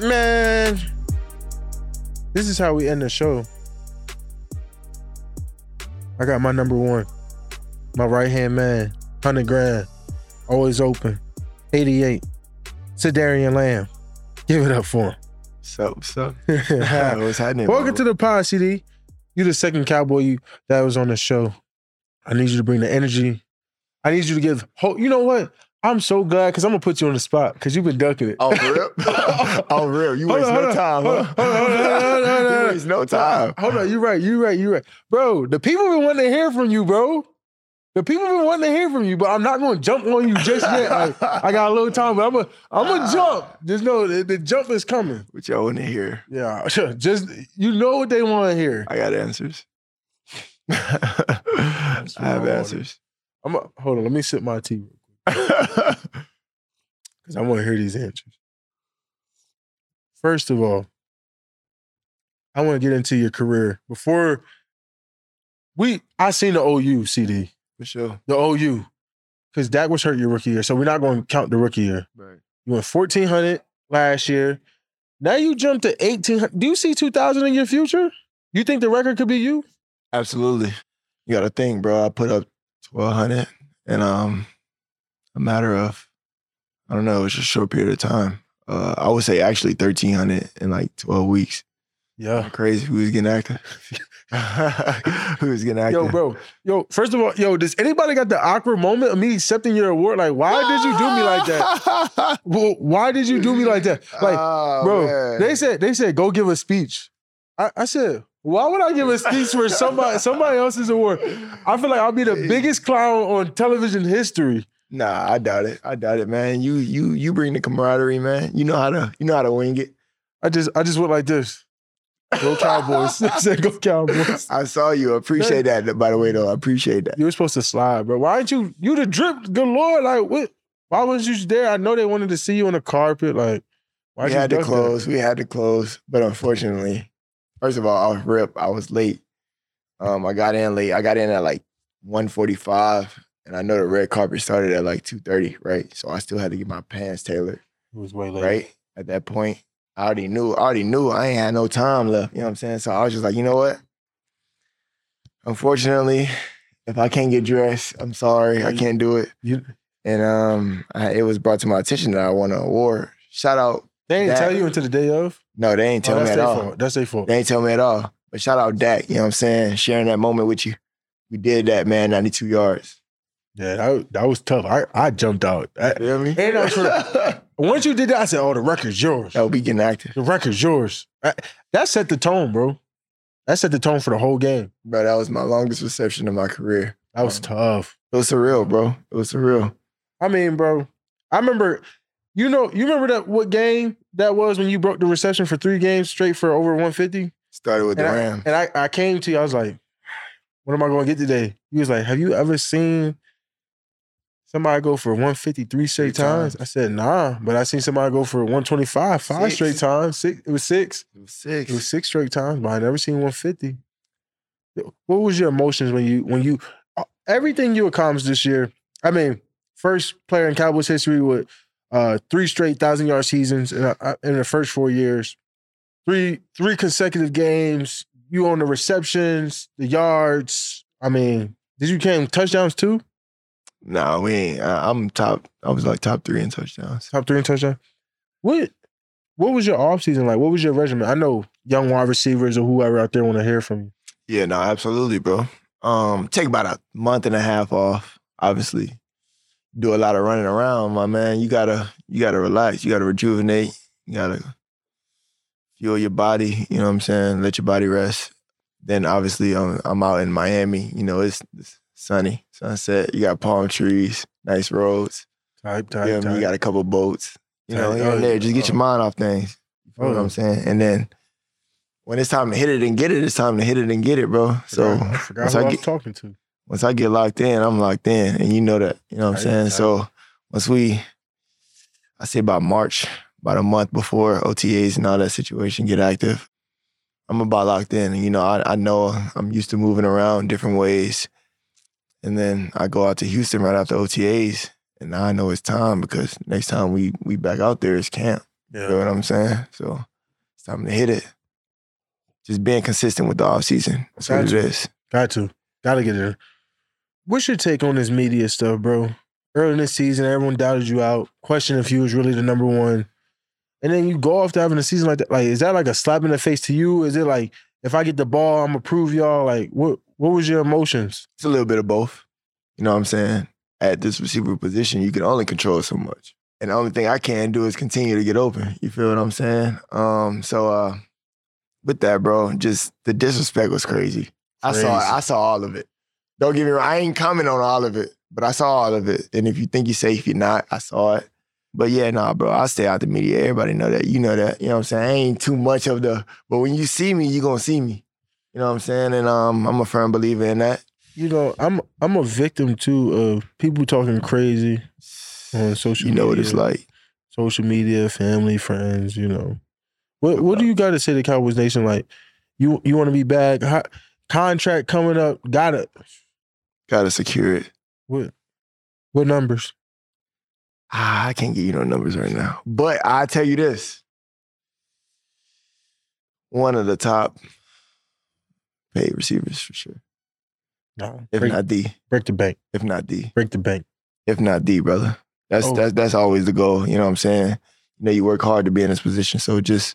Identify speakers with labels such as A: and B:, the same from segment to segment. A: Man, this is how we end the show. I got my number one, my right hand man, 100 grand, always open, 88, Sedarian Lamb. Give it up for him.
B: So, so. What's happening?
A: Welcome to the pod, CD. You the second cowboy you that was on the show. I need you to bring the energy. I need you to give hope. You know what? I'm so glad because I'm gonna put you on the spot because you've been ducking it.
B: Oh real? oh real? You waste no time. You waste no time.
A: Hold on, you right, you right, you right, bro. The people been wanting to hear from you, bro. The people been wanting to hear from you, but I'm not gonna jump on you just yet. Like, I got a little time, but I'm gonna I'm gonna jump. Just know the, the jump is coming.
B: What y'all want to hear?
A: Yeah, just you know what they want to hear.
B: I got answers. I have I answers.
A: I'm a, hold on. Let me sip my tea. Because I want to hear these answers. First of all, I want to get into your career. Before we, I seen the OU CD.
B: For sure.
A: The OU. Because Dak was hurt your rookie year. So we're not going to count the rookie year.
B: Right.
A: You went 1,400 last year. Now you jumped to 1,800. Do you see 2,000 in your future? You think the record could be you?
B: Absolutely. You got to think, bro. I put up 1,200 and, um, a matter of I don't know, it's just a short period of time. Uh, I would say actually thirteen hundred in like twelve weeks.
A: Yeah,
B: crazy. Who was getting active? Who was getting active?
A: Yo, bro. Yo, first of all, yo, does anybody got the awkward moment of me accepting your award? Like, why did you do me like that? well, why did you do me like that? Like, oh, bro, man. they said they said go give a speech. I, I said, why would I give a speech for somebody somebody else's award? I feel like I'll be the biggest clown on television history.
B: Nah, I doubt it. I doubt it, man. You you you bring the camaraderie, man. You know how to you know how to wing it.
A: I just I just went like this. Go Cowboys. I said go Cowboys.
B: I saw you. appreciate that by the way though. I appreciate that.
A: You were supposed to slide, bro. Why didn't you you the drip good lord? Like what why wasn't you there? I know they wanted to see you on the carpet. Like why
B: We had to close. That? We had to close. But unfortunately, first of all, I was rip. I was late. Um I got in late. I got in at like 145 and I know the red carpet started at like 2:30, right? So I still had to get my pants tailored.
A: It was way late.
B: Right? At that point, I already knew, I already knew I ain't had no time left. You know what I'm saying? So I was just like, you know what? Unfortunately, if I can't get dressed, I'm sorry, I can't do it.
A: You,
B: and um, I, it was brought to my attention that I won an award. Shout out.
A: They ain't Dak. tell you until the day of.
B: No, they ain't tell oh, me at
A: all.
B: Fault.
A: That's their fault.
B: They ain't tell me at all. But shout out Dak. You know what I'm saying? Sharing that moment with you. We did that, man. 92 yards.
A: Yeah, that, that, was tough. I, I jumped out. I,
B: you know I mean?
A: And I was to, once you did that, I said, "Oh, the record's yours."
B: Oh, we getting active.
A: The record's yours. I, that set the tone, bro. That set the tone for the whole game,
B: bro. That was my longest reception of my career.
A: That was um, tough.
B: It was surreal, bro. It was surreal.
A: I mean, bro. I remember, you know, you remember that what game that was when you broke the reception for three games straight for over one fifty.
B: Started with
A: and
B: the Ram,
A: and I, I came to you. I was like, "What am I going to get today?" He was like, "Have you ever seen?" somebody go for 153 straight times. times. I said, nah, but I seen somebody go for 125, five six. straight times. Six, it was six.
B: It was six.
A: It was six straight times, but I never seen 150. What was your emotions when you when you uh, everything you accomplished this year? I mean, first player in Cowboys history with uh, three straight thousand yard seasons in, a, uh, in the first four years, three three consecutive games. You on the receptions, the yards. I mean, did you came touchdowns too?
B: No, nah, we ain't. I, am top. I was like top three in touchdowns.
A: Top three in touchdown. What? What was your offseason like? What was your regimen? I know young wide receivers or whoever out there want to hear from you.
B: Yeah, no, absolutely, bro. Um, take about a month and a half off. Obviously, do a lot of running around, my man. You gotta, you gotta relax. You gotta rejuvenate. You gotta fuel your body. You know what I'm saying? Let your body rest. Then obviously, I'm, I'm out in Miami. You know, it's, it's sunny, sunset. You got palm trees, nice roads.
A: Type,
B: You,
A: type,
B: know what I mean? You
A: type.
B: got a couple boats. You know,
A: Tight.
B: here and there. Just get your
A: Oh.
B: mind off things. You feel what I'm saying? And then when it's time to hit it and get it, it's time to hit it and get it, bro. So
A: I forgot
B: once
A: who
B: I
A: I, was
B: get-
A: talking to.
B: once I get locked in, I'm locked in, and you know that. You know what I'm
A: Right,
B: saying?
A: right.
B: So once we, I say about March, about a month before OTAs and all that situation get active, I'm about locked in. And, you know, I, I know I'm used to moving around different ways, and then I go out to Houston right after OTAs, and now I know it's time because next time we we back out there is camp. You know
A: Yeah.
B: what I'm saying? So it's time to hit it. Just being consistent with the off season. That's what it
A: Gotcha.
B: is.
A: Got to. Gotta get there. What's your take on this media stuff, bro? Early in the season, everyone doubted you out, questioned if you was really the number one. And then you go off to having a season like that. Like, is that like a slap in the face to you? Is it like, if I get the ball, I'm gonna prove y'all? Like, what what was your emotions?
B: It's a little bit of both. You know what I'm saying? At this receiver position, you can only control so much. And the only thing I can do is continue to get open. You feel what I'm saying? Um, so uh with that, bro, just the disrespect was crazy. I saw
A: Crazy.
B: I saw all of it. Don't get me wrong, I ain't comment on all of it, but I saw all of it. And if you think you're safe, you're not. I saw it. But yeah, nah, bro, I stay out the media. Everybody know that. You know that. You know what I'm saying? I ain't too much of the, but when you see me, you gonna see me. You know what I'm saying? And um, I'm a firm believer in that.
A: You know, I'm I'm a victim too of people talking crazy on social
B: You know what it's
A: media.
B: like.
A: social media, family, friends, you know. What what do you got to say to Cowboys Nation? Like, you you want to be back? How, contract coming up. Got to
B: Gotta secure it.
A: What what numbers?
B: Ah, I can't give you no numbers right now. But I tell you this. One of the top paid receivers for sure.
A: No,
B: If
A: break,
B: not the.
A: break the bank.
B: If not the.
A: Break the bank.
B: If not the, brother. That's
A: Oh.
B: that's that's always the goal. You know what I'm saying? You know, you work hard to be in this position. So just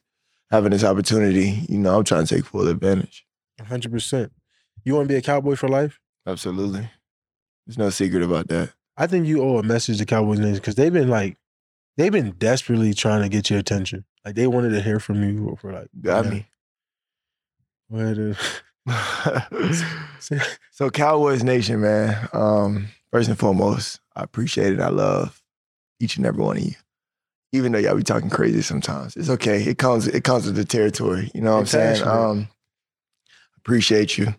B: having this opportunity, you know, I'm trying to take full advantage.
A: One hundred percent. You want to be a cowboy for life?
B: Absolutely. There's no secret about that.
A: I think you owe a message to Cowboys Nation because they've been like, they've been desperately trying to get your attention. Like they wanted to hear from you for like.
B: Got
A: yeah, uh,
B: me.
A: go ahead and-
B: so Cowboys Nation, man. Um, first and foremost, I appreciate it. I love each and every one of you. Even though y'all be talking crazy sometimes. It's okay. It comes it comes with the territory. You know what I'm saying?
A: Passionate.
B: Um appreciate you.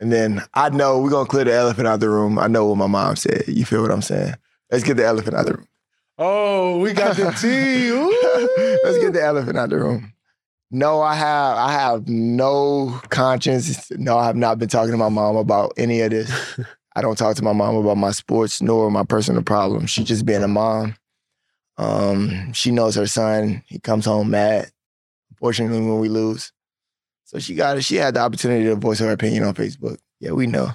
B: And then I know we're gonna clear the elephant out the room. I know what my mom said. You feel what I'm saying? Let's get the elephant out the room.
A: Oh, we got the tea. Ooh.
B: Let's get the elephant out the room. No, I have I have no conscience. No, I have not been talking to my mom about any of this. I don't talk to my mom about my sports nor my personal problems. She just being a mom. Um, she knows her son. He comes home mad. Unfortunately, when we lose, so she got it. She had the opportunity to voice her opinion on Facebook. Yeah, we know.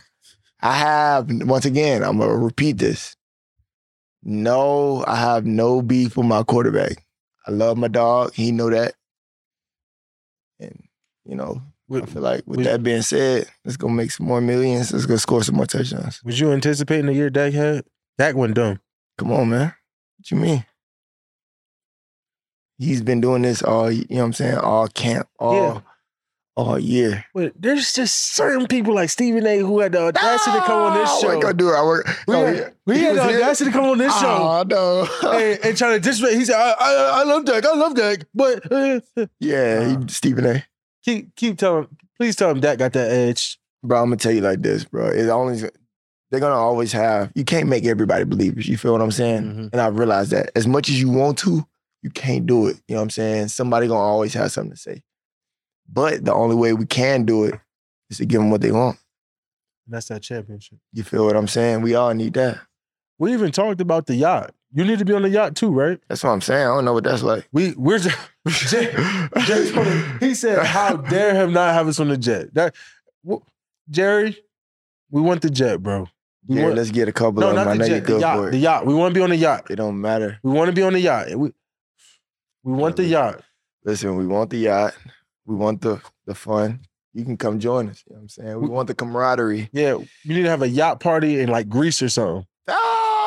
B: I have once again. I'm gonna repeat this. No, I have no beef with my quarterback. I love my dog. He know that. And you know, I
A: Would,
B: feel like with
A: we-
B: that being said, let's go make some more millions. Let's go score some more touchdowns.
A: was you anticipating the year Dak had? Dak went dumb.
B: Come on, man. What you mean? He's been doing this all, you know what I'm saying, all camp, all
A: Yeah.
B: all year.
A: But there's just certain people like Stephen A. who had the audacity to come on this
B: Oh, I
A: show.
B: ain't gonna do it. I work.
A: Oh, uh,
B: Oh,
A: we,
B: no,
A: had, we Ah. had the audacity to come on this show
B: Oh, no.
A: and, and try to disrespect. He said, I, I, I love Dak. I love Dak. But uh, uh,
B: yeah,
A: Nah.
B: he, Stephen A.
A: keep keep telling please tell him Dak got that edge.
B: bro. I'm gonna tell you like this, bro. It only they're gonna always have. You can't make everybody believers. You feel what I'm saying?
A: Mhm.
B: And I realize that as much as you want to, you can't do it. You know what I'm saying? Somebody gonna always have something to say. But the only way we can do it is to give them what they want.
A: And that's that championship.
B: You feel what I'm saying? We all need that.
A: We even talked about the yacht. You need to be on the yacht too, right?
B: That's what I'm saying. I don't know what that's like.
A: We we're just, Jay- Jay's funny. he said, "How dare him not have us on the jet?" That wh- Jerry, we want the jet, bro. We
B: Yeah,
A: want-
B: let's get a couple
A: no,
B: of them. I
A: not
B: know
A: the
B: you're
A: jet. The
B: good
A: yacht.
B: for
A: The
B: it.
A: yacht. We want to be on the yacht.
B: It don't matter.
A: We want to be on the yacht. We we want the yacht.
B: Listen, we want the yacht. We want the the fun. You can come join us. You know what I'm saying? We want the camaraderie.
A: Yeah, we need to have a yacht party in like Greece or something.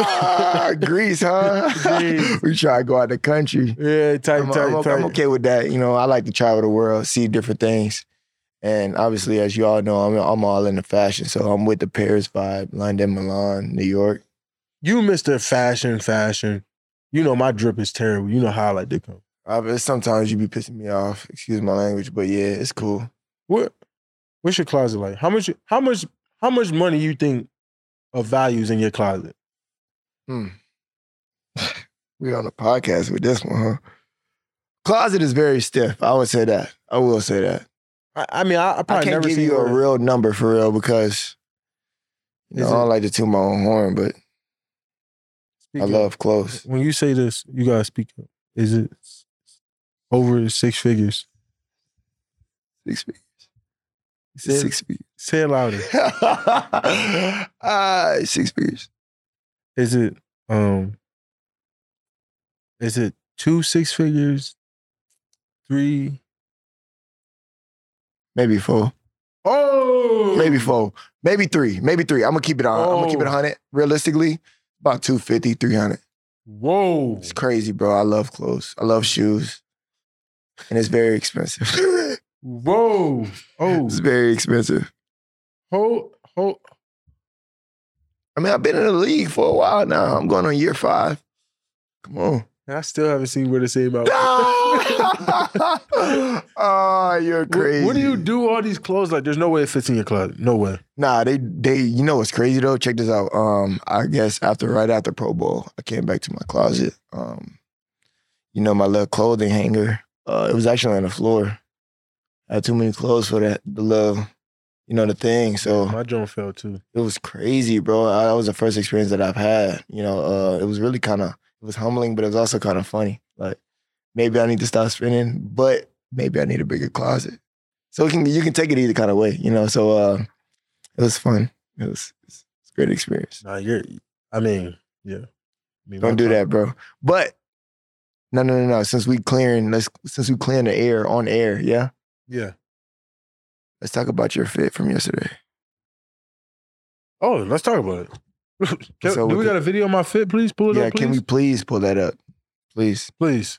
B: Ah, Greece, huh?
A: Greece.
B: we try to go out the country.
A: Yeah, type
B: I'm,
A: type
B: I'm-
A: type.
B: I'm okay with that. You know, I like to travel the world, see different things. And obviously, as you all know, I'm, I'm all into fashion. So I'm with the Paris vibe, London, Milan, New York.
A: You, Mr. Fashion, fashion. You know my drip is terrible. You know how I like to come.
B: Uh, but sometimes you be pissing me off. Excuse my language, but yeah, it's cool.
A: What what's your closet like? How much how much how much money you think of values in your closet?
B: Hmm. we on a podcast with this one, huh? Closet is very stiff. I would say that. I will say that.
A: I, I mean, I, I probably
B: I can't
A: never
B: give
A: seen
B: you a
A: one.
B: real number for real because you know,
A: Is
B: I don't
A: it-
B: like to toot my own horn, but I
A: Speaking-
B: love clothes.
A: When you say this, you gotta speak up. Is it over six figures?
B: Six feet.
A: Say it,
B: Six feet.
A: say it louder.
B: Ah, six feet.
A: Is it um? Is it two six figures? Three?
B: Maybe four.
A: Oh,
B: Maybe four. Maybe three. Maybe three. I'm gonna keep it on. I'm gonna keep it
A: Oh.
B: 100. Realistically, about 250, 300.
A: Whoa!
B: It's crazy, bro. I love clothes. I love shoes. And it's very expensive.
A: Whoa! Oh,
B: it's very expensive.
A: hold, hold.
B: I mean, I've been in the league for a while now. I'm going on year five. Come on.
A: And I still haven't seen what to say about.
B: oh, you're
A: What-
B: crazy.
A: What do you do all these clothes? Like, there's no way it fits in your closet. No way.
B: Nah, they they you know what's crazy though? Check this out. Um, I guess after right after Pro Bowl, I came back to my closet. Um, you know, my little clothing hanger. Uh it was actually on the floor. I had too many clothes for that the little, you know, the thing. So
A: My drone fell too.
B: it was crazy, bro. I, that was the first experience that I've had. You know, uh, it was really kind of it was humbling, but it was also kind of funny. Like maybe I need to stop spinning, but maybe I need a bigger closet. So it can you can take it either kind of way, you know. So uh, it was fun. It was, it was a great experience.
A: Nah, you're. I mean, yeah. I mean,
B: Don't
A: my
B: do
A: closet-
B: that, bro. But no, no, no, no. Since we clearing, let's since we clearing the air on air, yeah.
A: Yeah.
B: Let's talk about your fit from yesterday.
A: Oh, let's talk about it. Can- do
B: So with
A: we
B: the-
A: got a video of my fit? Please pull it
B: yeah,
A: up. Please?
B: can we please pull that up, please?
A: Please.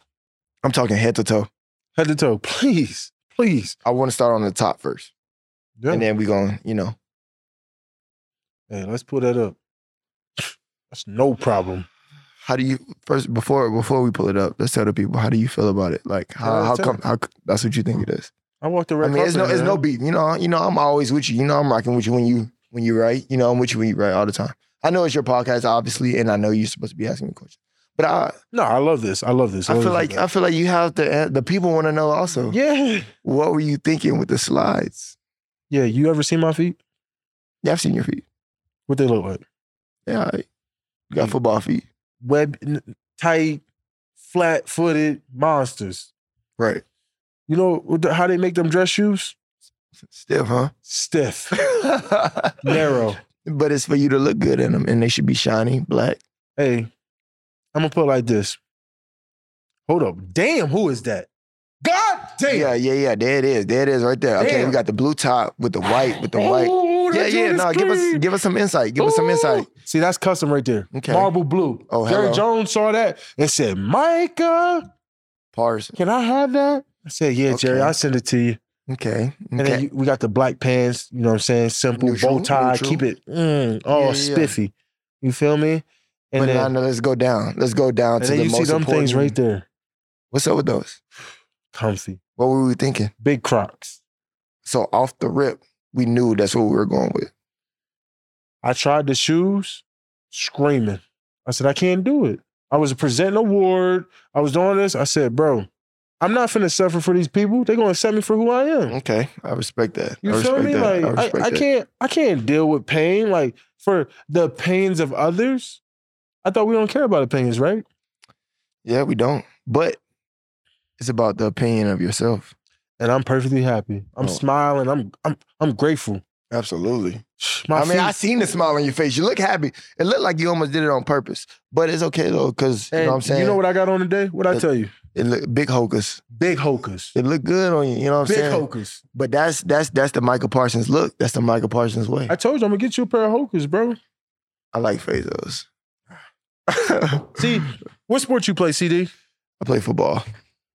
B: I'm talking head to toe.
A: Head to toe. Please. Please.
B: I want to start on the top first.
A: Yeah.
B: And then we going, you know,
A: Hey, let's pull that up. That's no problem.
B: how do you first before before we pull it up? Let's tell the people how do you feel about it? Like how
A: Yeah,
B: how
A: Uh, tell
B: come how c- that's what you think it is?
A: I walked the
B: I
A: red
B: mean, it's no
A: carpet,
B: it's no
A: man.
B: beef. You know, you know, I'm always with you. You know, I'm rocking with you when you when you write. You know, I'm with you when you write all the time. I know it's your podcast, obviously, and I know you're supposed to be asking me questions, but I
A: No, I love this. I love this.
B: I
A: love
B: feel
A: this
B: like I
A: about
B: feel like you have to. The people want to know also.
A: it. yeah.
B: What were you thinking with the slides?
A: Yeah. You ever seen my feet?
B: Yeah, I've seen your feet.
A: What they look like?
B: Yeah, I- you
A: Mm.
B: got football feet.
A: Web n- tight, flat footed monsters.
B: Right.
A: You know what the- how they make them dress shoes?
B: Stiff, huh?
A: Stiff, narrow.
B: but it's for you to look good in them, and they should be shiny, black.
A: Hey, I'm gonna put it like this. Hold up. Damn, who is that? God damn.
B: Yeah, yeah, yeah. There it is. There it is, right there. Okay, we
A: Damn.
B: got the blue top with the white, with the white.
A: Ooh,
B: Yeah,
A: Oh, that
B: yeah.
A: joint is Oh.
B: No, give us,
A: clean.
B: give us some insight. Give us some insight.
A: Ooh. See, that's custom right there.
B: Okay.
A: Marble blue.
B: Oh,
A: Jerry
B: hello.
A: Jones saw that and said, Micah,
B: Parson.
A: can I have that? I said, Yeah, Jerry,
B: Okay.
A: I'll send it to you.
B: Okay.
A: And then
B: Okay.
A: you, we got the black pants, you know what I'm saying? Simple,
B: Neutral,
A: bow tie,
B: neutral.
A: keep it mm, all
B: Yeah, yeah.
A: spiffy. You feel me? And
B: But now,
A: then,
B: now let's go down. Let's go down
A: and
B: to
A: then
B: the
A: you
B: most
A: see them
B: important.
A: things right there.
B: What's up with those?
A: Comfy.
B: What were we thinking?
A: Big crocs.
B: So off the rip, we knew that's what we were going with.
A: I tried the shoes, screaming. I said, I can't do it. I was presenting an award. I was doing this. I said, bro, I'm not finna suffer for these people. They're gonna accept me for who I am.
B: Okay, I respect that.
A: You
B: I
A: feel
B: respect
A: me?
B: That. I,
A: Like I,
B: respect
A: I,
B: that.
A: can't I can't deal with pain. Like for the pains of others. I thought we don't care about opinions, right?
B: Yeah, we don't. But it's about the opinion of yourself.
A: And I'm perfectly happy. I'm
B: Oh.
A: smiling. I'm I'm I'm grateful.
B: Absolutely.
A: My
B: I mean, I
A: feet-
B: seen the smile on your face. You look happy. It looked like you almost did it on purpose, but it's okay though, because you know
A: and
B: what I'm saying.
A: You know what I got on today? What I
B: The-
A: tell you?
B: It look big hocus.
A: Big hokers.
B: It looked good on you. You know what I'm
A: Big
B: saying.
A: hokers.
B: But that's that's that's the Michael Parsons look. That's the Michael Parsons way.
A: I
B: I,
A: told you I'm gonna get you a pair of hokers, bro.
B: like Fazos.
A: See, what sport you play, CD?
B: I play football.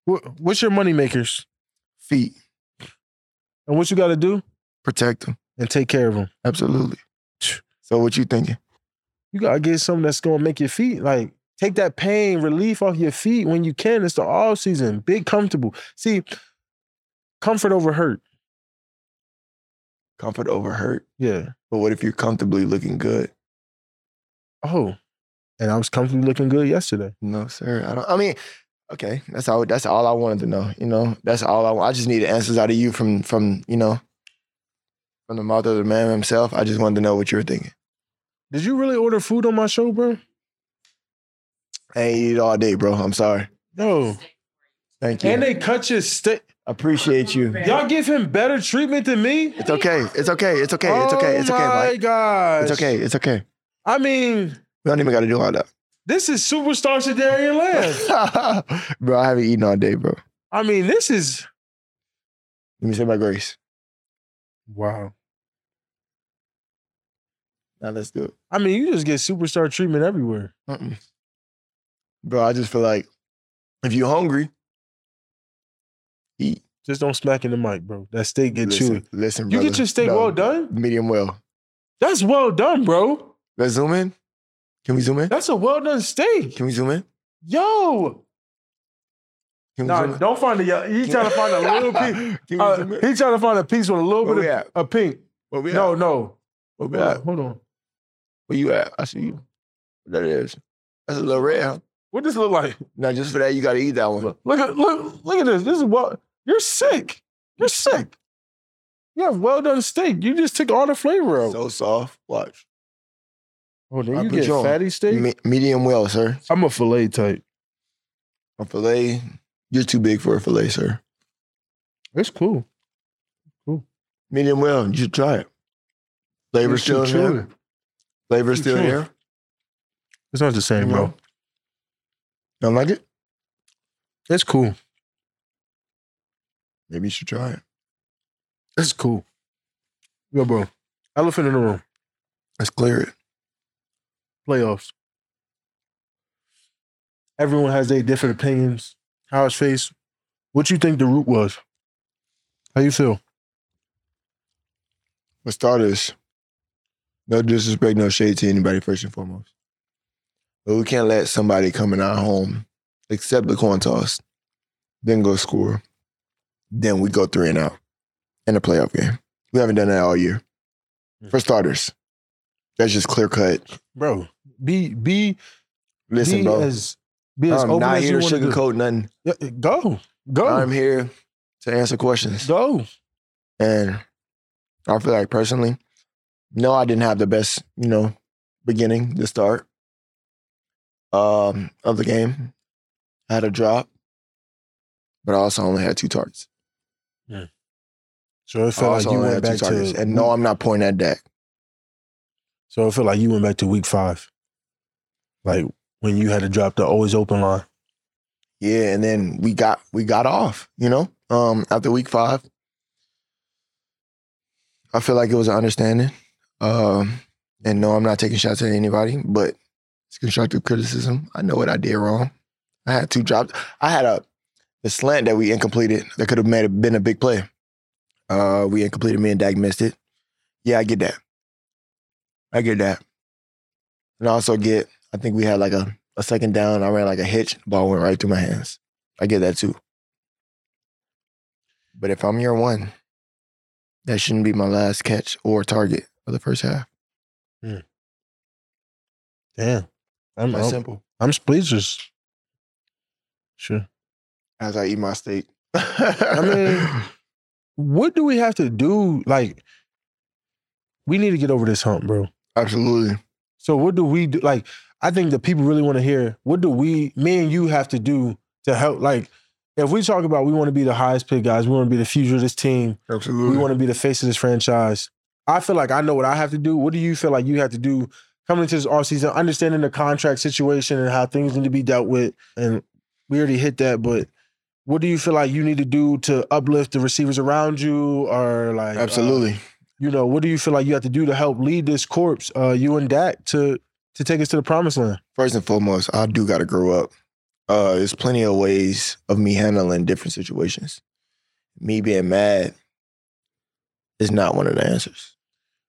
A: Wh- What's your money makers?
B: Feet.
A: And what you got to do?
B: Protect them.
A: And take care of them.
B: Absolutely. So what you thinking?
A: You gotta get something that's gonna make your feet like take that pain relief off your feet when you can. It's the all season. Big comfortable. See, comfort over hurt.
B: Comfort over hurt.
A: Yeah.
B: But what if you're comfortably looking good?
A: Oh, and I was comfortably looking good yesterday.
B: No, sir. I don't. I mean, okay. That's all. That's all I wanted to know. You know, that's all I. want. I just needed answers out of you from from you know, from the mouth of the man himself. I just wanted to know what you were thinking.
A: Did you really order food on my show, bro?
B: I ain't eat it all day, bro. I'm sorry.
A: No.
B: Thank you.
A: And they cut your steak.
B: Appreciate you.
A: Y'all give him better treatment than me?
B: It's okay. It's okay. It's okay. It's okay. It's okay.
A: Oh my
B: Mike.
A: gosh.
B: It's okay. It's okay.
A: I mean,
B: We don't even got to do all that.
A: this is superstar Shadarian Lamb.
B: bro, I haven't eaten all day, bro.
A: I mean, this is
B: Let me say my grace.
A: wow.
B: Now let's do it.
A: I mean, you just get superstar treatment everywhere.
B: Mm-mm. Bro, I just feel like if you're hungry, eat.
A: Just don't smack in the mic, bro. That steak get
B: listen,
A: chewy.
B: Listen,
A: You get
B: brother.
A: your steak well done?
B: Medium well.
A: That's well done, bro.
B: Let's zoom in. Can we zoom in?
A: That's a well done steak.
B: Can we zoom in?
A: Yo.
B: Can we
A: Nah,
B: zoom in?
A: don't find a yellow. He trying to find a little piece.
B: Can we
A: Uh,
B: zoom in?
A: he trying to find a piece with a little
B: Where
A: bit
B: we
A: of,
B: at?
A: of pink.
B: Where we
A: No,
B: at?
A: no.
B: Where we
A: Hold on,
B: at?
A: hold on.
B: Where you at? I see you. That is. That's a little red, huh?
A: What does it look like?
B: Now, just for that, you got to eat that one.
A: Look, look, at- look, look at this. This is well. You're sick. You're sick. You have well done steak. You just took all the flavor out.
B: So soft. Watch.
A: oh,
B: I
A: then you
B: put
A: get
B: you on.
A: fatty steak.
B: Me- medium well, sir.
A: I'm a fillet type.
B: A fillet. You're too big for a fillet, sir.
A: It's cool.
B: Medium well. You should try it. Flavor
A: It's too
B: still in there.
A: chewy.
B: Flavor
A: Too
B: still in
A: chewy.
B: there.
A: It's not the same, bro.
B: Don't like it?
A: It's cool.
B: Maybe you should try it.
A: It's cool. Yo, bro. Elephant in the room.
B: Let's clear it.
A: Playoffs. Everyone has their different opinions. How it's faced. What you think the root was? How you feel?
B: For starters, no disrespect, no shade to anybody, first and foremost. But we can't let somebody come in our home, accept the coin toss, then go score. Then we go three and out in a playoff game. We haven't done that all year. For starters, that's just clear cut.
A: Bro, be be
B: Listen,
A: be
B: bro.
A: as be as
B: I'm
A: open
B: not
A: as you
B: here to
A: want to
B: sugarcoat nothing.
A: Yeah, Go, go,
B: I'm here to answer questions.
A: go.
B: And I feel like personally, no, I didn't have the best, you know, beginning, the start um, of the game. I had a drop, but I also only had two targets.
A: So it
B: Oh, I
A: felt like
B: also
A: you
B: only
A: went
B: had
A: back
B: two targets.
A: to
B: and no, I'm not pointing at Dak.
A: So it felt like you went back to week five, like when you had to drop the always open line.
B: Yeah, and then we got we got off, you know, um, after week five. I feel like it was an understanding. Um, and no, I'm not taking shots at anybody, but it's constructive criticism. I know what I did wrong. I had two drops. I had a the slant that we incompleted that could have made been a big play. Uh, we incompleted. Me and Dak missed it. Yeah, I get that. I get that. And I also get. I think we had like a a second down. I ran like a hitch. The ball went right through my hands. I get that too. But if I'm your one, that shouldn't be my last catch or target of the first half.
A: Damn, I'm
B: That's
A: I'm,
B: simple.
A: I'm speechless. Sure.
B: As I eat my steak.
A: mean- What do we have to do? Like, we need to get over this hump, bro.
B: absolutely.
A: So what do we do? Like, I think the people really want to hear what do we, me and you, have to do to help. Like, if we talk about we want to be the highest paid guys, we want to be the future of this team,
B: Absolutely.
A: we want to be the face of this franchise. I feel like I know what I have to do. What do you feel like you have to do coming into this off season, understanding the contract situation and how things need to be dealt with? And we already hit that, but what do you feel like you need to do to uplift the receivers around you, or like uh,
B: absolutely.
A: you know, what do you feel like you have to do to help lead this corpse, uh, you and Dak, to to take us to the promised land?
B: First and foremost, I do got to grow up. Uh, there's plenty of ways of me handling different situations. Me being mad is not one of the answers.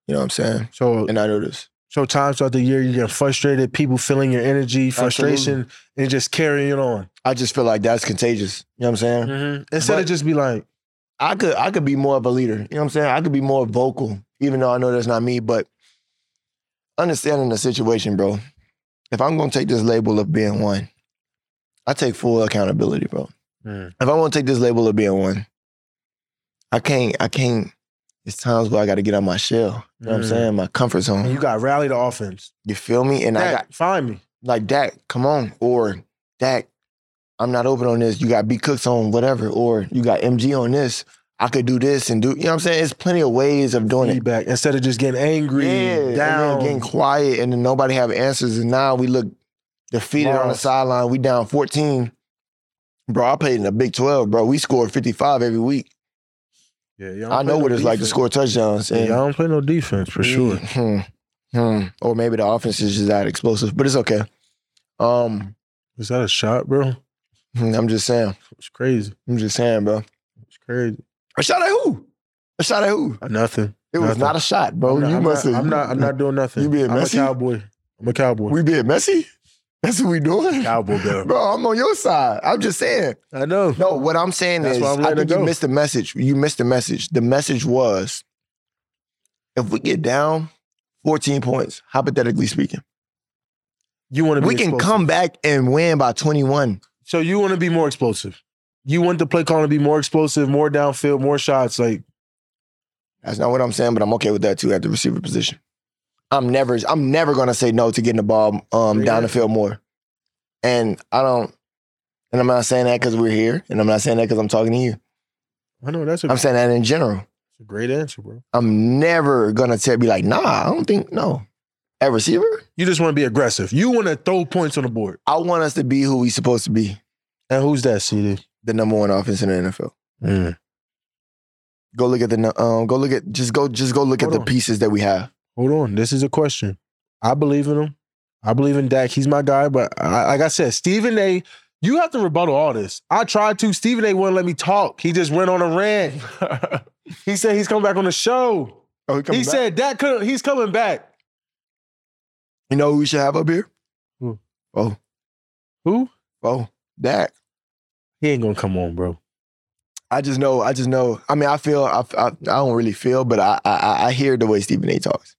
B: You know what I'm saying?
A: So
B: And I know this.
A: so times throughout the year you get frustrated, people feeling your energy, frustration, and just carrying it on.
B: I just feel like that's contagious. You know what I'm saying?
A: Mm-hmm. Instead
B: Mm-hmm. But-
A: of just be like,
B: I could I could be more of a leader. You know what I'm saying? I could be more vocal, even though I know that's not me, but understanding the situation, bro. If I'm gonna take this label of being one, I take full accountability, bro.
A: Mm.
B: If I wanna take this label of being one, I can't, I can't. It's times where I gotta get out my shell. You know what I'm
A: Mm.
B: saying? My comfort zone.
A: you
B: You,
A: got rally the offense.
B: feel me? And I
A: Dak,
B: got
A: find me.
B: like Dak, come on, or Dak, I'm not open on this. You got B Cooks on whatever, or you got MG on this. I could do this and do. You know what I'm saying? It's plenty of ways of doing it.
A: Feedback. Instead of just getting angry,
B: and then
A: down.
B: getting quiet, and then nobody have answers, and now we look defeated on the
A: Lost.
B: sideline. We down 14. Bro, I played in the Big 12, bro. We scored 55 every week.
A: yeah, y'all don't play
B: I
A: no
B: know what it's like to
A: defense.
B: score touchdowns.
A: Yeah,
B: And
A: y'all don't play no defense for sure.
B: Hmm, hmm. Or maybe the offense is just that explosive, but it's okay. Um, hmm,
A: Is that a shot, bro?
B: I'm just saying.
A: It's crazy.
B: I'm just saying, bro.
A: It's crazy.
B: A shot at who? A shot at who?
A: Nothing.
B: It was
A: Nothing.
B: not a shot, bro.
A: I'm not,
B: you
A: I'm
B: must
A: not,
B: have.
A: I'm not. I'm not doing nothing.
B: you being
A: I'm a
B: messy?
A: cowboy. I'm a cowboy.
B: We being messy? That's what we doing?
A: cowboy, bro.
B: Bro, I'm on your side. I'm just saying.
A: I know.
B: No, what I'm saying
A: That's
B: is,
A: why I'm
B: I
A: letting
B: think
A: it
B: you
A: go.
B: missed the message. You missed the message. The message was, if we get down 14 points, hypothetically speaking,
A: You want to be
B: we can
A: explosive.
B: come back and win by 21.
A: So you want to be more explosive. You want the play calling to be more explosive, more downfield, more shots. Like
B: That's not what I'm saying, but I'm okay with that too at the receiver position. I'm never I'm never gonna say no to getting the ball um,
A: Yeah.
B: down the field more. And I don't and I'm not saying that because we're here, and I'm not saying that because I'm talking to you.
A: I know that's a,
B: I'm saying that in general.
A: that's a great answer, bro.
B: I'm never gonna tell be like, nah, I don't think no. At receiver,
A: You just want to be aggressive. You want to throw points on the board.
B: I want us to be who we supposed to be,
A: And who's that, CD?
B: the number one offense in the NFL.
A: Mm.
B: Go look at the nu- um, go look at just go just go look
A: Hold
B: at the
A: on.
B: pieces that we have.
A: Hold on. This is a question. I believe in him. I believe in Dak. He's my guy. But I, like I said, Stephen A. You have to rebuttal all this. I tried to. Stephen A. wouldn't let me talk. He just went on a rant. he said he's coming back on the show.
B: Oh,
A: he said Dak could. He's coming back.
B: You know who we should have up here?
A: Who?
B: Oh,
A: Who?
B: oh, Dak.
A: He ain't gonna come on, bro.
B: I just know. I just know. I mean, I feel. I, I, I don't really feel, but I, I- I I hear the way Stephen A. talks.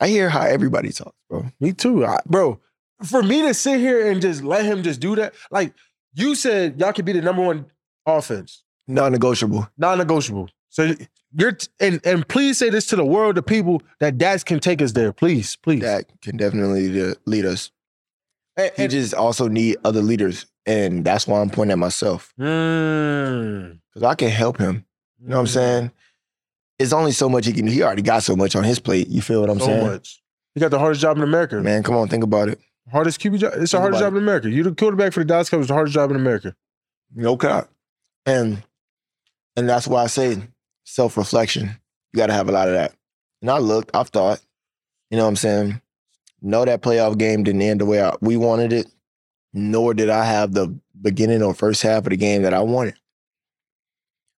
B: I hear how everybody talks, bro.
A: Me too, I, bro. For me to sit here and just let him just do that, like you said, y'all could be the number one offense,
B: Non-negotiable.
A: non-negotiable. So you're and and please say this to the world, the people that Dax can take us there, please, please.
B: Dak can definitely lead, lead us.
A: And-
B: He
A: and-
B: just also need other leaders, and that's why I'm pointing at myself
A: Mm.
B: because I can help him. You know what I'm
A: Mm-hmm.
B: saying? It's only so much he can. He already got so much on his plate. You feel what I'm
A: so
B: saying?
A: much. You got the hardest job in America,
B: Man, come on, think about it.
A: Hardest QB job. It's the
B: Think
A: hardest
B: about
A: job in America. You the quarterback for the Dallas Cowboys, the hardest job in America.
B: No cap. And and that's why I say self-reflection. You gotta have a lot of that. And I looked, I thought, you know what I'm saying? No, that playoff game didn't end the way I, we wanted it, nor did I have the beginning or first half of the game that I wanted.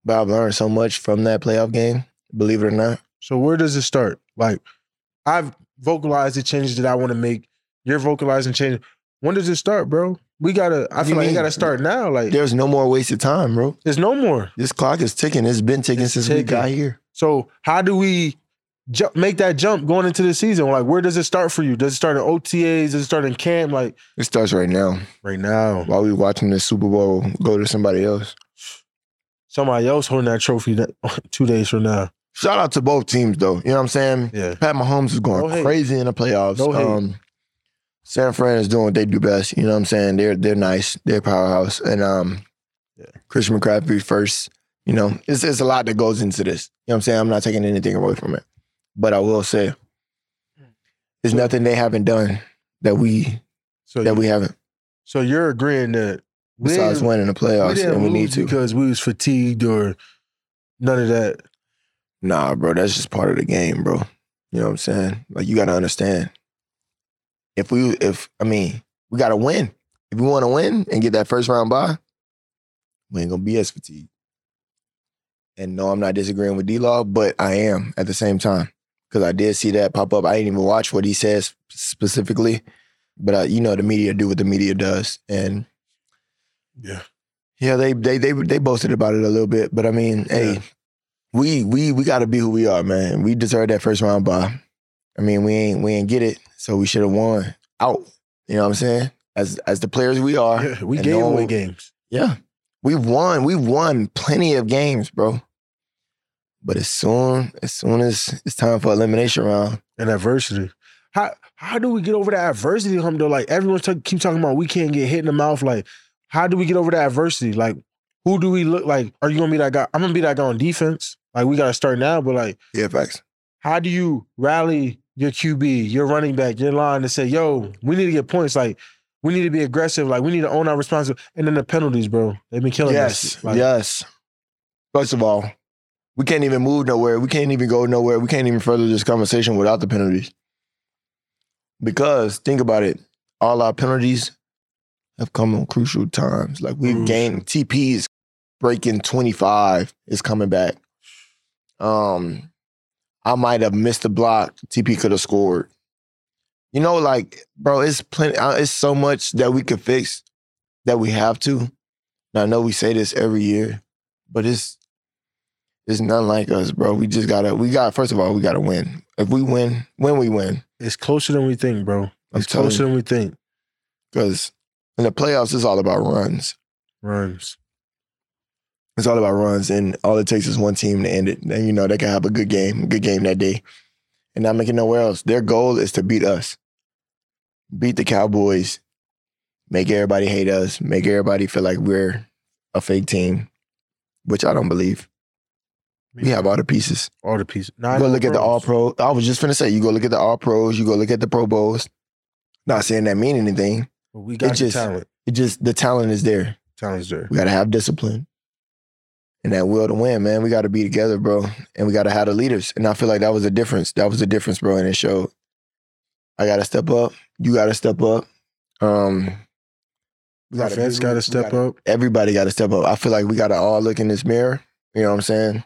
B: But I've learned so much from that playoff game, believe it or not.
A: So where does it start? Like I've vocalized the changes that I want to make. You're vocalizing changes. When does it start, bro? We gotta. I
B: What do you
A: feel like
B: mean?
A: it gotta start now. Like
B: There's no more wasted time, bro.
A: there's no more.
B: This clock is ticking. It's been ticking
A: It's
B: since we
A: ticking.
B: got here.
A: So how do we jump, make that jump going into the season? Like where does it start for you? Does it start in OTAs? Does it start in camp? Like
B: It starts right now.
A: right now,
B: While we watching this Super Bowl go to somebody else.
A: somebody else holding that trophy that, two days from now.
B: Shout out to both teams, though. You know what I'm saying?
A: Yeah.
B: Pat Mahomes is
A: No
B: going
A: hate.
B: crazy in the playoffs. Um,
A: No hate.
B: San Fran is doing what they do best. You know what I'm saying? They're they're nice. They're a powerhouse. And um,
A: Yeah.
B: Christian McCaffrey first. You know, it's it's a lot that goes into this. You know what I'm saying? I'm not taking anything away from it, but I will say, there's nothing they haven't done that we
A: So
B: that we haven't
A: so you're agreeing that we
B: besides
A: didn't-
B: winning the
A: we
B: playoffs,
A: didn't
B: and we need
A: lose
B: to.
A: because we was fatigued or none of that.
B: Nah, bro, that's just part of the game, bro. You know what I'm saying? Like you gotta understand. If we if I mean, we gotta win. If we wanna win and get that first round bye, we ain't gonna be as fatigued. And no, I'm not disagreeing with D Law, but I am at the same time because I did see that pop up. I didn't even watch what he says specifically, but uh, you know the media do what the media does, and
A: Yeah.
B: yeah, they they they they boasted about it a little bit, but I mean, hey, we we we got to be who we are, man. We deserve that first round bye. I mean, we ain't we ain't get it, so we should have won out. You know what I'm saying? As as the players we are,
A: Yeah, we
B: Uh, and
A: gave
B: no one-
A: away games.
B: yeah. We've won. We've won plenty of games, bro. But as soon as soon as it's time for elimination round,
A: and adversity. How how do we get over that adversity, Humdo? Like everyone t- keep talking about we can't get hit in the mouth. Like, how do we get over that adversity? Like, who do we look like? Are you gonna be that guy? I'm gonna be that guy on defense. Like, we gotta start now, but like,
B: yeah, facts.
A: how do you rally your QB, your running back, your line to say, yo, we need to get points? Like, we need to be aggressive. Like, we need to own our responsibility. And then the penalties, bro. They've been killing
B: Yes,
A: us. Like,
B: yes. First of all, we can't even move nowhere. We can't even go nowhere. We can't even further this conversation without the penalties. Because think about it, all our penalties have come on crucial times. Like we've
A: Crucial.
B: gained TPs breaking 25 is coming back. Um, I might have missed the block. TP could have scored. You know, like bro, it's plenty. uh, It's so much that we could fix that we have to. And I know we say this every year, but it's it's none like us, bro. We just gotta. We got first of all, we gotta win. If we win, when we win,
A: It's closer than we think, bro.
B: I'm
A: It's
B: telling
A: closer
B: you,
A: than we think.
B: because in the playoffs, it's all about runs.
A: Runs.
B: It's all about runs, and all it takes is one team to end it. And you know they can have a good game, a good game that day, and not make it nowhere else. Their goal is to beat us, beat the Cowboys, make everybody hate us, make everybody feel like we're a fake team, which I don't believe. We have all the pieces.
A: all the pieces.
B: You
A: Nine
B: go look at the All
A: All-Pros.
B: Pro. I was just finna say, you go look at the All Pros. You go look at the Pro Bowls. Not saying that mean anything.
A: But we got
B: just-
A: the talent.
B: It just the talent is there.
A: Talent's there.
B: We gotta have discipline and that will to win, man. We gotta be together, bro, and we gotta have the leaders. And I feel like that was the difference. That was the difference, bro, and it showed. I gotta step up. You gotta step up. Um, we
A: Our
B: gotta
A: fans
B: be-
A: got
B: we
A: to step
B: gotta-
A: up.
B: Everybody gotta step up. I feel like we gotta all look in this mirror. You know what I'm saying?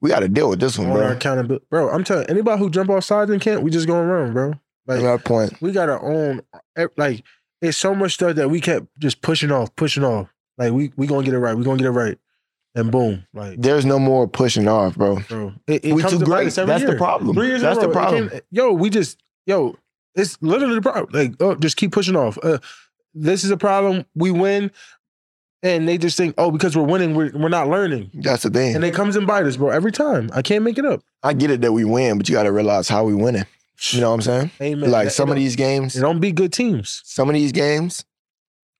B: We gotta deal with this one,
A: on our
B: bro.
A: accountability, bro. I'm telling anybody who jump offsides and can't, we just going around, bro.
B: That's
A: Like
B: our point.
A: we got our own. ev- Like it's so much stuff that we kept just pushing off, pushing off. Like we we gonna get it right. We gonna get it right, and boom, like
B: There's no more pushing off, bro.
A: bro, it, it
B: We
A: comes
B: too
A: to bite
B: great.
A: us every
B: That's the
A: year.
B: problem.
A: Three years in a
B: That's the
A: row, it
B: problem.
A: came- yo, we just yo, it's literally the problem. Like oh, just keep pushing off. Uh, this is a problem. We win, and they just think oh because we're winning, we're we're not learning,
B: That's the thing.
A: and it comes and bites us, bro. Every time I can't make it up.
B: I get it that we win, but you gotta realize how we winning. You know what I'm saying?
A: Amen.
B: like
A: That-
B: some
A: it
B: of
A: don't-
B: these games,
A: It don't be good teams.
B: some of these games,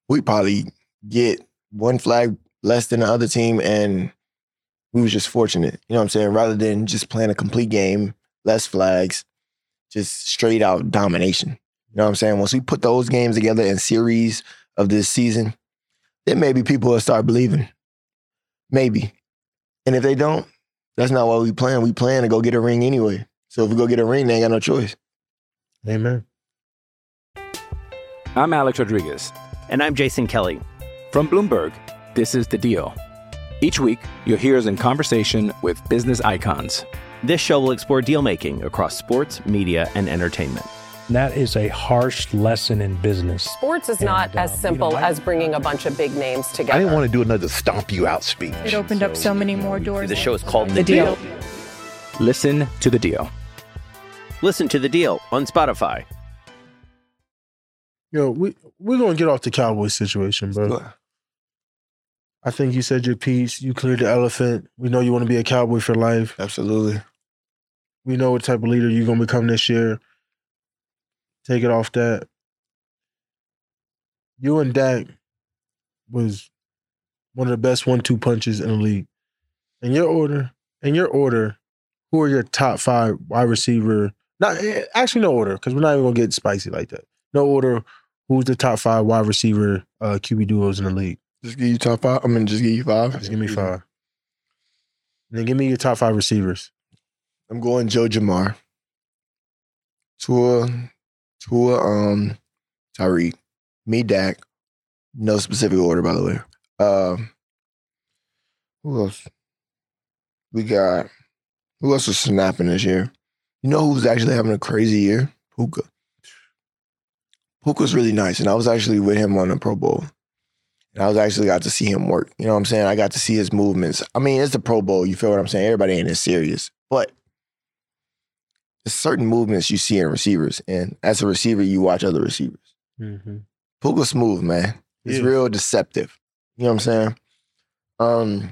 B: we probably get one flag less than the other team, and we was just fortunate. You know what I'm saying? Rather than just playing a complete game, less flags, just straight out domination. You know what I'm saying? Once we put those games together in series of this season, then maybe people will start believing. Maybe. And if they don't, that's not why we playing. We playing to go get a ring anyway. So if we go get a ring, they ain't got no choice.
A: Amen.
C: I'm Alex Rodriguez.
D: And I'm Jason Kelly.
C: From Bloomberg, this is The Deal. Each week, you'll hear us in conversation with business icons.
D: This show will explore deal making across sports, media, and entertainment.
E: That is a harsh lesson in business.
F: Sports is not
E: And, uh,
F: as simple
E: you know, I-
F: as bringing a bunch of big names together.
G: I didn't want to do another stomp you out speech.
H: It opened up so many more doors.
G: The show is called
H: The Deal.
C: Listen to The Deal.
D: Listen to the deal on Spotify.
A: Yo, we we're gonna get off the Cowboys situation, bro. I think you said your piece. You cleared the elephant. We know you want to be a Cowboy for life.
B: Absolutely.
A: We know what type of leader you're gonna become this year. Take it off that. You and Dak was one of the best one-two punches in the league. In your order, in your order, who are your top five wide receiver? Not eh, actually, no order because we're not even gonna get spicy like that. No order. Who's the top five wide receiver uh, QB duos in the league?
B: Just give you top five. I'm gonna just give you five.
A: Just give me five. And then give me your top five receivers.
B: I'm going Joe Jamar. Tua, Tua, um, Tyreek, me, Dak. No specific order, by the way. Um, who else? We got who else was snapping this year? You know who's actually having a crazy year? Puka. Puka's really nice, and I was actually with him on the Pro Bowl, and I was actually got to see him work. You know what I'm saying? I got to see his movements. I mean, it's the Pro Bowl. You feel what I'm saying? Everybody ain't as serious, but there's certain movements you see in receivers, and as a receiver, you watch other receivers.
E: Mm-hmm.
B: Puka smooth, man. He's
A: Yeah.
B: real deceptive. You know what I'm saying? Um,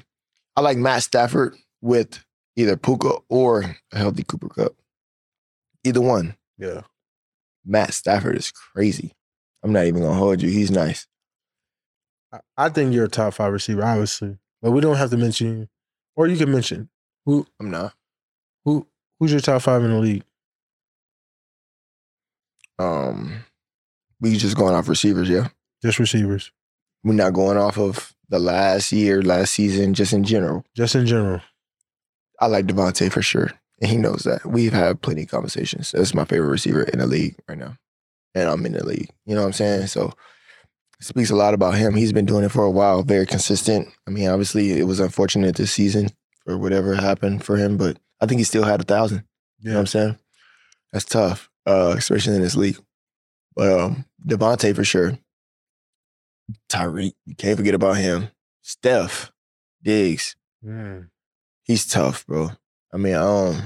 B: I like Matt Stafford with either Puka or a healthy Cooper Cup. Either one.
A: Yeah.
B: Matt Stafford is crazy. I'm not even gonna hold you. He's nice.
A: I, I think you're a top five receiver, obviously. But we don't have to mention you. Or you can mention who
B: I'm not.
A: who who's your top five in the league?
B: Um, we just going off receivers, yeah.
A: Just receivers.
B: We're not going off of the last year, last season, just in general.
A: Just in general.
B: I like Devontae for sure. And he knows that. We've had plenty of conversations. That's my favorite receiver in the league right now. And I'm in the league. You know what I'm saying? So it speaks a lot about him. He's been doing it for a while, very consistent. I mean, obviously it was unfortunate this season or whatever happened for him, but I think he still had a thousand. You know what I'm saying? That's tough, uh, especially in this league. But um, Devontae for sure. Tyreek, you can't forget about him. Steph, Diggs,
A: Mm.
B: he's tough, bro. I mean, um,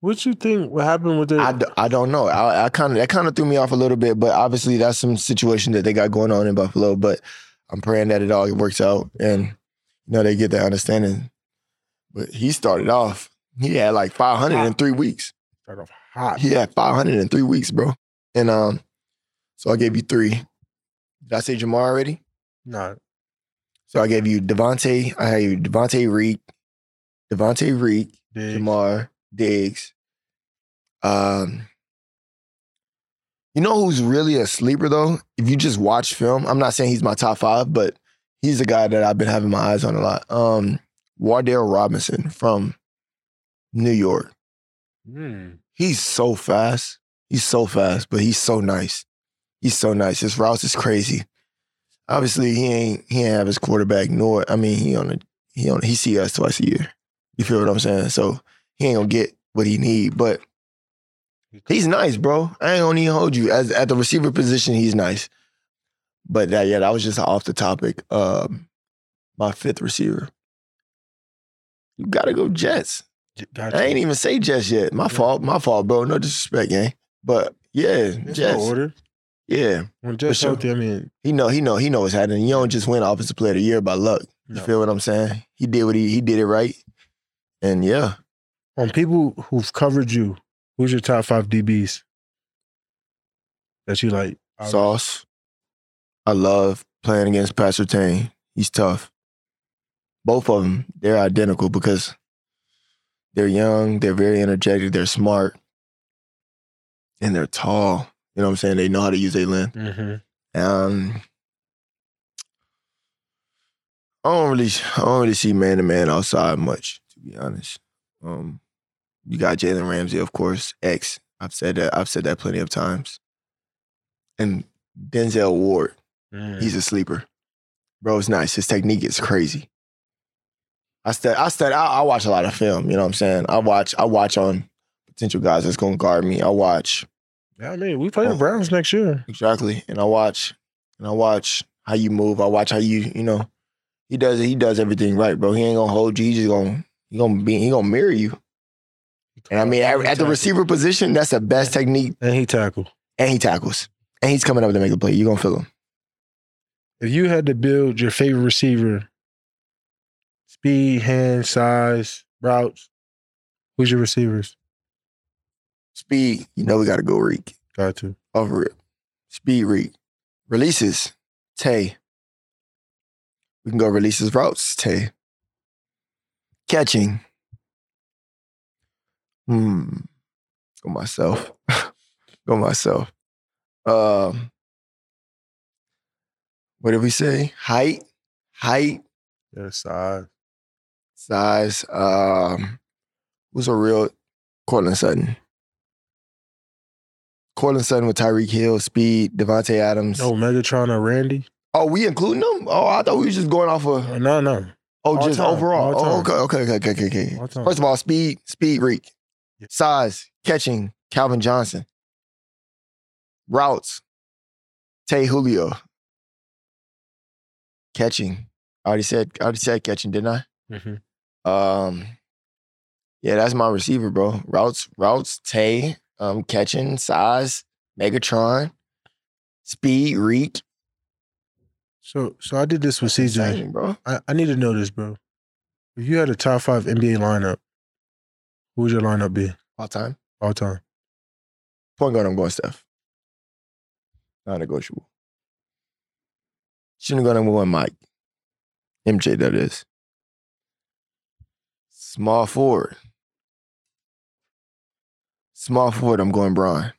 A: What you think what happened with the
B: I, d- I don't know. I, I kind of that kind of threw me off a little bit, but obviously that's some situation that they got going on in Buffalo. But I'm praying that it all works out and you know they get that understanding. But he started off. He had like 500 in three weeks.
A: start off hot?
B: He had 500 in three weeks, bro. And um, so I gave you three. Did I say Jamar already?
A: Nah.
B: So I gave you Devontae. I gave you Devontae Reek, Devontae Reek,
A: Diggs.
B: Jamar Diggs. Um, you know who's really a sleeper though? If you just watch film, I'm not saying he's my top five, but he's a guy that I've been having my eyes on a lot. Um, Wardell Robinson from New York.
A: Mm.
B: He's so fast. He's so fast, but he's so nice. He's so nice. His routes is crazy. Obviously, he ain't he ain't have his quarterback nor I mean he on a he on he see us twice a year. You feel what I'm saying? So he ain't gonna get what he need, but he's nice, bro. I ain't gonna even hold you as at the receiver position. He's nice, but that yeah, that was just off the topic. Um, my fifth receiver. You gotta go Jets.
A: Gotcha.
B: I ain't even say Jets yet. My fault. My fault, bro. No disrespect, gang. But yeah,
A: It's no
B: Jets.
A: order.
B: Yeah,
A: When Jets
B: sure.
A: healthy, I mean
B: he know. He know. He know what's happening. You don't just win Offensive Player of the Year by luck. You
A: no.
B: feel what I'm saying? He did what he he did it right. And yeah,
A: on people who've covered you, who's your top five DBs that you like?
B: Sauce. I love playing against Pat Surtain. He's tough. Both of them, they're identical because they're young, they're very energetic, they're smart, and they're tall. You know what I'm saying? They know how to use their length.
A: Mhm.
B: Um, I don't really, I don't really see man to man outside much, to be honest. Um, you got Jalen Ramsey, of course. X, I've said that. I've said that plenty of times. And Denzel Ward,
A: Mm.
B: he's a sleeper. Bro, it's nice. His technique is crazy. I stud, I stud, I, I watch a lot of film. You know what I'm saying? I watch, I watch on potential guys that's gonna guard me. I watch
A: Yeah, I mean, we play the
B: Oh.
A: Browns next year.
B: Exactly. And I watch and I watch how you move. I watch how you, you know, he does he does everything right, bro. He ain't gonna hold you. He just gonna he gonna be he gonna mirror you. And I mean at, at the receiver position, that's the best technique.
A: and he tackle.
B: And he tackles. And he's coming up to make a play. You're gonna feel him.
A: If you had to build your favorite receiver, speed, hand, size, routes, who's your receivers?
B: Speed, you know we gotta go reek.
A: Got to.
B: Over it. Speed reek. Releases. Tay. We can go releases routes, Tay. Catching. Hmm. Go myself. go myself. Um what did we say? Height, height,
A: Yeah, size.
B: size. Um who's a real Cortland Sutton? Cortland Sutton with Tyreek Hill, speed, Devontae Adams.
A: No, Megatron or Randy?
B: Oh, we including them? Oh, I thought we was just going off of.
A: No, no.
B: Oh,
A: All
B: just
A: time,
B: overall.
A: all
B: Oh,
A: time.
B: okay, okay, okay, okay, okay.
A: All time.
B: First of all, speed, speed, Reek,
A: Yeah.
B: size, catching, Calvin Johnson, routes, Tay Julio, catching. I already said, I already said catching, didn't I?
E: Mhm.
B: Um, yeah, that's my receiver, bro. Routes, routes, Tay, um, catching, size, Megatron, speed, Reek.
A: So so I did this with CJ.
B: Dang, bro.
A: I, I need to know this, bro. If you had a top five NBA lineup, who would your lineup be
B: All time.
A: all time?
B: Point guard, I'm going Steph. Non negotiable. Shouldn't go number one, Mike. MJ, that is. Small forward. Small forward, I'm going Braun.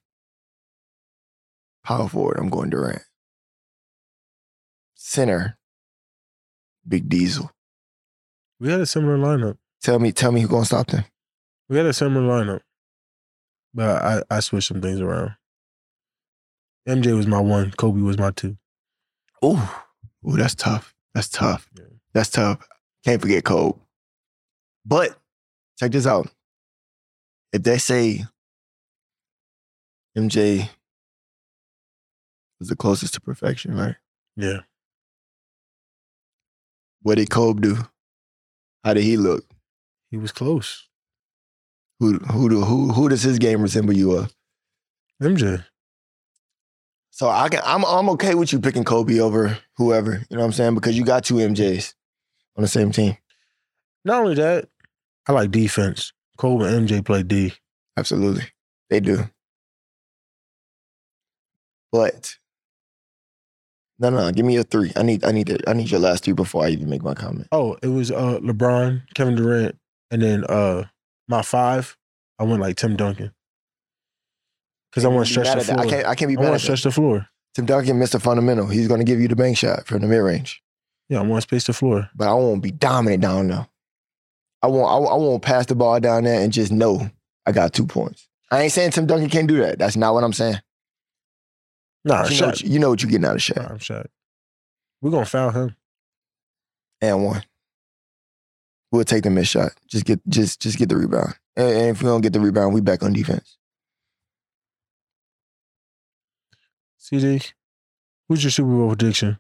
B: Power forward, I'm going Durant. Center, Big Diesel.
A: We had a similar lineup.
B: Tell me, tell me who's gonna stop them.
A: We had a similar lineup, but I I switched some things around. MJ was my one. Kobe was my two.
B: Ooh, ooh, that's tough. That's tough.
A: Yeah.
B: That's tough. Can't forget Kobe. But check this out. If they say MJ was the closest to perfection, right?
A: Yeah.
B: What did Kobe do? How did he look?
A: He was close.
B: Who who do who who does his game resemble you of?
A: MJ.
B: So I can I'm I'm okay with you picking Kobe over whoever, you know what I'm saying? Because you got two MJs on the same team.
A: Not only that, I like defense. Kobe and MJ play D.
B: Absolutely. They do. But no, no, give me your three. I need I need it. I need your last three before I even make my comment.
A: Oh, it was uh LeBron, Kevin Durant, and then uh my five. I went like Tim Duncan because I want to
B: Be
A: stretch
B: mad
A: the
B: at that.
A: floor.
B: I can't I can't be
A: I
B: mad
A: want
B: at
A: to stretch
B: that.
A: the floor.
B: Tim Duncan missed a fundamental. He's gonna give you the bank shot from the mid range.
A: Yeah, I want to space the floor.
B: But I won't be dominant down there. I won't I, won't- I won't pass the ball down there and just know I got two points. I ain't saying Tim Duncan can't do that. That's not what I'm saying.
A: Nah,
B: You know, what
A: shot.
B: you, you know what you're getting out of Shaq.
A: Nah, I'm shot. We're gonna foul him.
B: and one. We'll take the missed shot. Just get just just get the rebound. And, and if we don't get the rebound, we back on defense.
A: CD, who's your Super Bowl prediction?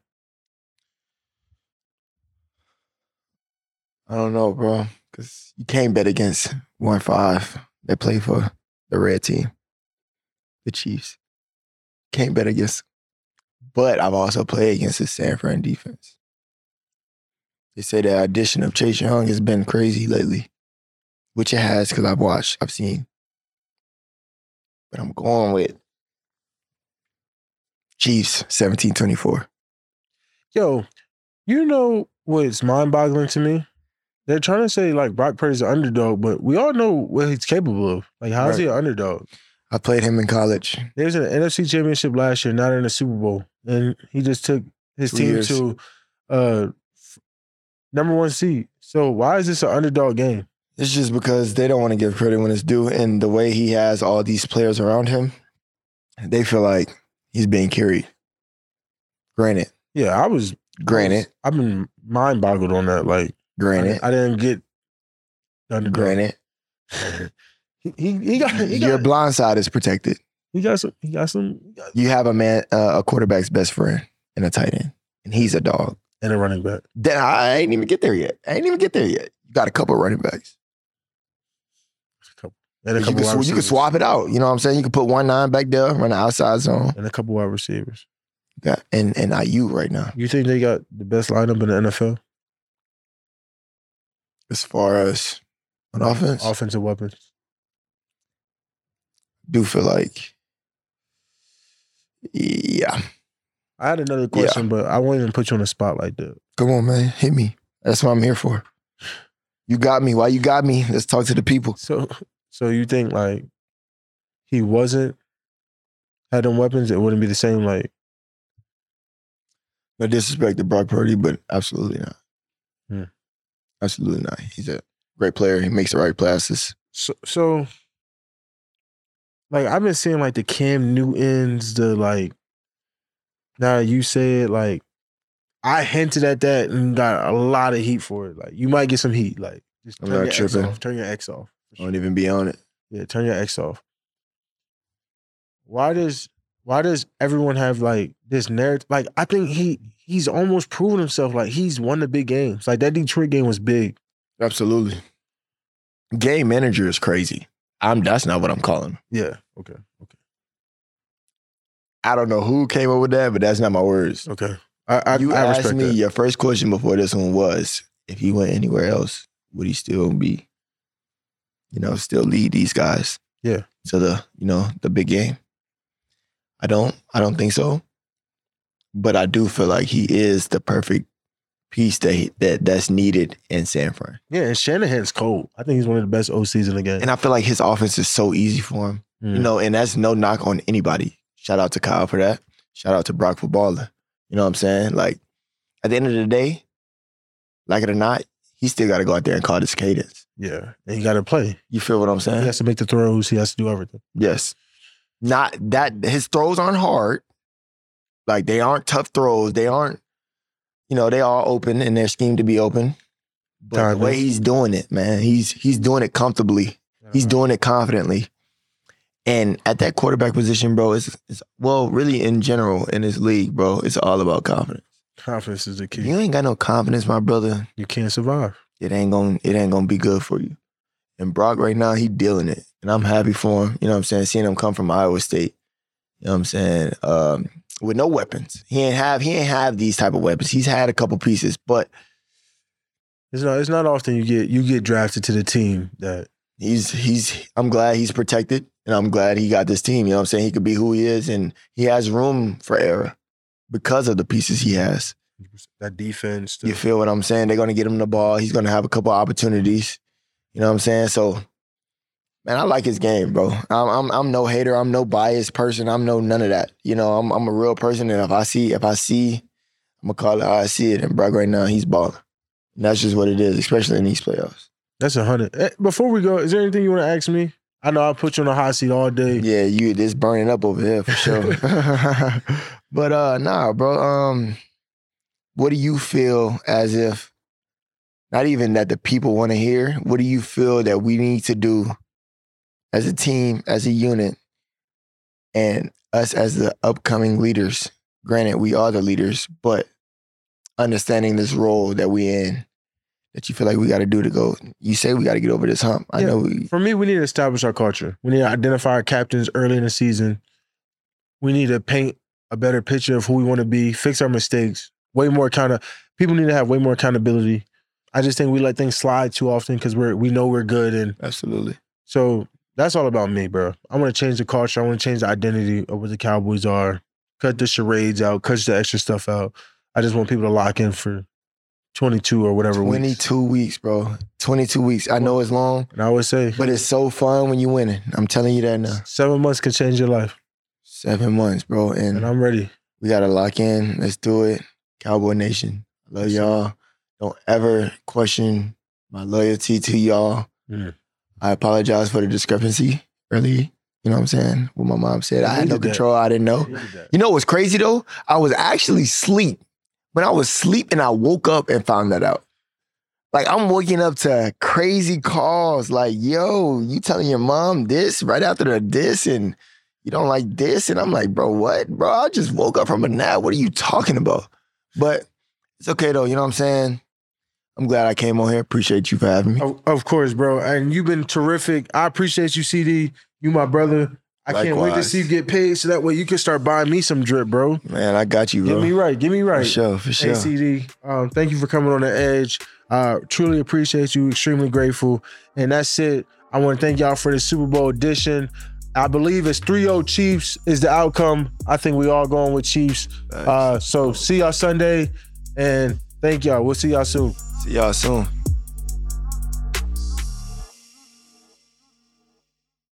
B: I don't know, bro, because you can't bet against one five. They play for the red team, the Chiefs. Can't bet against. But I've also played against the San Fran defense. They say the addition of Chase Young has been crazy lately, which it has because I've watched, I've seen. But I'm going with Chiefs 17 24.
A: Yo, you know what's mind-boggling to me? They're trying to say like Brock Purdy's an underdog, but we all know what he's capable of. Like, how is he an underdog?
B: I played him in college.
A: They was in the NFC Championship last year, not in the Super Bowl, and he just took his
B: Two
A: team
B: years.
A: to uh f- number one seed. So why is this an underdog game?
B: It's just because they don't want to give credit when it's due, and the way he has all these players around him, they feel like he's being carried. Granted,
A: Yeah, I was.
B: granted,
A: I've been mind boggled on that. Like,
B: granted,
A: I, I didn't get the underdog.
B: granted.
A: He, he he got he
B: Your
A: got,
B: blind side is protected.
A: he got some he got some he got-
B: You have a man, uh, a quarterback's best friend, and a tight end, and he's a dog.
A: and a running back.
B: Then I ain't even get there yet. I ain't even get there yet. You got a couple of running backs.
A: And a
B: You
A: couple wide
B: can, sw- you can
A: receivers.
B: swap it out. You know what I'm saying? You can put one nine back there, run the outside zone.
A: and a couple wide receivers.
B: You Got and and IU right now.
A: You think they got the best lineup in the NFL?
B: As far as on offense,
A: Offensive weapons.
B: do feel like, yeah.
A: I had another question, but I won't even put you on the spot like that.
B: Come on, man, hit me. That's what I'm here for. You got me. Why you got me? Let's talk to the people.
A: So, so you think like he wasn't had them weapons, it wouldn't be the same. Like,
B: No disrespect to Brock Purdy, but absolutely not.
A: Hmm.
B: Absolutely not. He's a great player. He makes the right passes.
A: so, so, like I've been seeing like the Cam Newtons, the like. Now you said like I hinted at that and got a lot of heat for it. Like you might get some heat. Like just
B: I'm
A: turn your
B: not
A: ex
B: tripping.
A: off. Turn your ex off.
B: Don't even be on it.
A: Yeah, turn your ex off. Why does why does everyone have like this narrative? Like I think he he's almost proven himself. Like he's won the big games. Like that Detroit game was big.
B: Absolutely. Game manager is crazy. I'm that's not what I'm calling. him.
A: Yeah. Okay. Okay.
B: I don't know who came up with that, but that's not my words.
A: Okay. I I,
B: you
A: I
B: asked
A: respect
B: me
A: that.
B: your first question before this one was if he went anywhere else, would he still be, you know, still lead these guys?
A: Yeah.
B: To the, you know, the big game. I don't I don't think so. But I do feel like he is the perfect piece that he, that that's needed in San Fran.
A: Yeah, and Shanahan's cold. I think he's one of the best OCs in the game.
B: And I feel like his offense is so easy for him. You
A: Mm.
B: know, and that's no knock on anybody. Shout out to Kyle for that. Shout out to Brock for balling. You know what I'm saying? Like, at the end of the day, like it or not, he still got to go out there and call this cadence.
A: Yeah, and he got to play.
B: You feel what I'm
A: He
B: saying?
A: has to make the throws. He has to do everything.
B: Yes. Not that his throws aren't hard. Like they aren't tough throws. They aren't, you know, they are open and they're schemed to be open. But
A: Time
B: the way
A: is-
B: he's doing it, man, he's he's doing it comfortably. He's doing it confidently. And at that quarterback position, bro, it's, it's well, really in general in this league, bro, it's all about confidence.
A: confidence is the
B: If
A: key.
B: you ain't got no confidence, my brother,
A: You can't survive.
B: it ain't gonna it ain't gonna be good for you. And Brock right now, he dealing it. And I'm happy for him. You know what I'm saying? Seeing him come from Iowa State. You know what I'm saying? Um, with no weapons. He ain't have he ain't have these type of weapons. He's had a couple pieces, but
A: It's not. It's not often you get you get drafted to the team that
B: he's he's I'm glad he's protected and I'm glad he got this team. You know what I'm saying? He could be who he is and he has room for error because of the pieces he has.
A: that defense.
B: You feel what I'm saying? They're gonna get him the ball. He's gonna have a couple opportunities. You know what I'm saying? So, man, I like his game, bro. I'm I'm, I'm no hater. I'm no biased person. I'm no none of that. You know, I'm I'm a real person. And if I see if I see, I'm gonna call it how I see it. And Brock right now, he's balling. And that's just what it is, especially in these playoffs.
A: That's a hundred. Eh, Before we go, is there anything you want to ask me? I know I put you on a hot seat all day.
B: Yeah, you it's burning up over here for sure. but uh nah, bro. Um what do you feel as if not even that the people want to hear, what do you feel that we need to do as a team, as a unit, and us as the upcoming leaders? Granted, we are the leaders, but understanding this role that we in that you feel like we got to do to go. You say we got to get over this hump. I
A: Yeah.
B: know we,
A: For me, we need to establish our culture. We need to identify our captains early in the season. We need to paint a better picture of who we want to be. Fix our mistakes. Way more kind of people need to have way more accountability. I just think we let things slide too often because we're we know we're good and
B: absolutely.
A: So that's all about me, bro. I want to change the culture. I want to change the identity of what the Cowboys are. Cut the charades out. Cut the extra stuff out. I just want people to lock in for 22 or whatever. weeks.
B: 22 weeks, bro. 22 weeks. I know it's long,
A: And I always say
B: but it's so fun when you're winning. I'm telling you that now.
A: seven months could change your life,
B: Seven months, bro.
A: and
B: And
A: I'm ready.
B: we got to lock in. Let's do it. Cowboy Nation. I love y'all. Don't ever question my loyalty to y'all.
A: Mm.
B: I apologize for the discrepancy early. You know what I'm saying? What my mom said. I had
A: Needed
B: no
A: that.
B: control. I didn't know. You know what's crazy though? I was actually asleep. When I was asleep and I woke up and found that out. Like I'm waking up to crazy calls. Like, yo, you telling your mom this right after the this and you don't like this. And I'm like, bro, what? Bro, I just woke up from a nap. What are you talking about? But it's okay though, you know what I'm saying? I'm glad I came on here. Appreciate you for having me.
A: Of, of course, bro. And you've been terrific. I appreciate you, CD. You my brother. I can't wait to
B: Likewise.
A: see you get paid, so that way you can start buying me some drip, bro.
B: Man, I got you,
A: Get
B: bro.
A: me right. Get me
B: For
A: right.
B: sure, for sure.
A: ACD, um, thank you for coming on the edge. Uh, truly appreciate you. Extremely grateful. And that's it. I want to thank y'all for the Super Bowl edition. I believe it's 3-0 Chiefs is the outcome. I think we all going with Chiefs. Uh, so see y'all Sunday, and thank y'all. We'll see y'all soon.
B: See y'all soon.